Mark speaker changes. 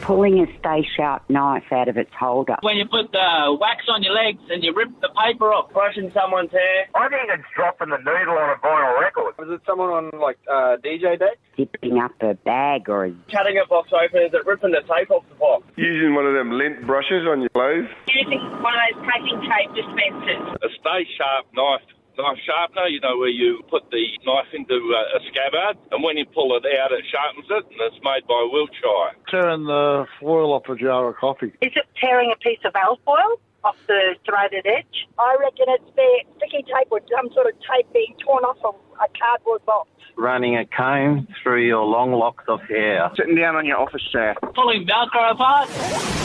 Speaker 1: pulling a stay sharp knife out of its holder.
Speaker 2: When you put the wax on your legs and you rip the paper off, brushing someone's hair.
Speaker 3: I think it's dropping the needle on a vinyl record.
Speaker 4: Was it someone on like uh, DJ Day?
Speaker 1: Zipping up a bag or a
Speaker 2: Cutting a box open, is it ripping the tape off the box?
Speaker 5: Using one of them lint brushes on your clothes.
Speaker 6: Using one of those packing tape dispensers.
Speaker 7: A stay sharp knife. Knife sharpener, you know, where you put the knife into uh, a scabbard, and when you pull it out, it sharpens it, and it's made by Wiltshire.
Speaker 8: Tearing the foil off a jar of coffee.
Speaker 6: Is it tearing a piece of alfoil off the serrated edge?
Speaker 9: I reckon it's their sticky tape or some sort of tape being torn off of a cardboard box.
Speaker 10: Running a comb through your long locks of hair.
Speaker 11: Sitting down on your office chair.
Speaker 2: Pulling Velcro apart.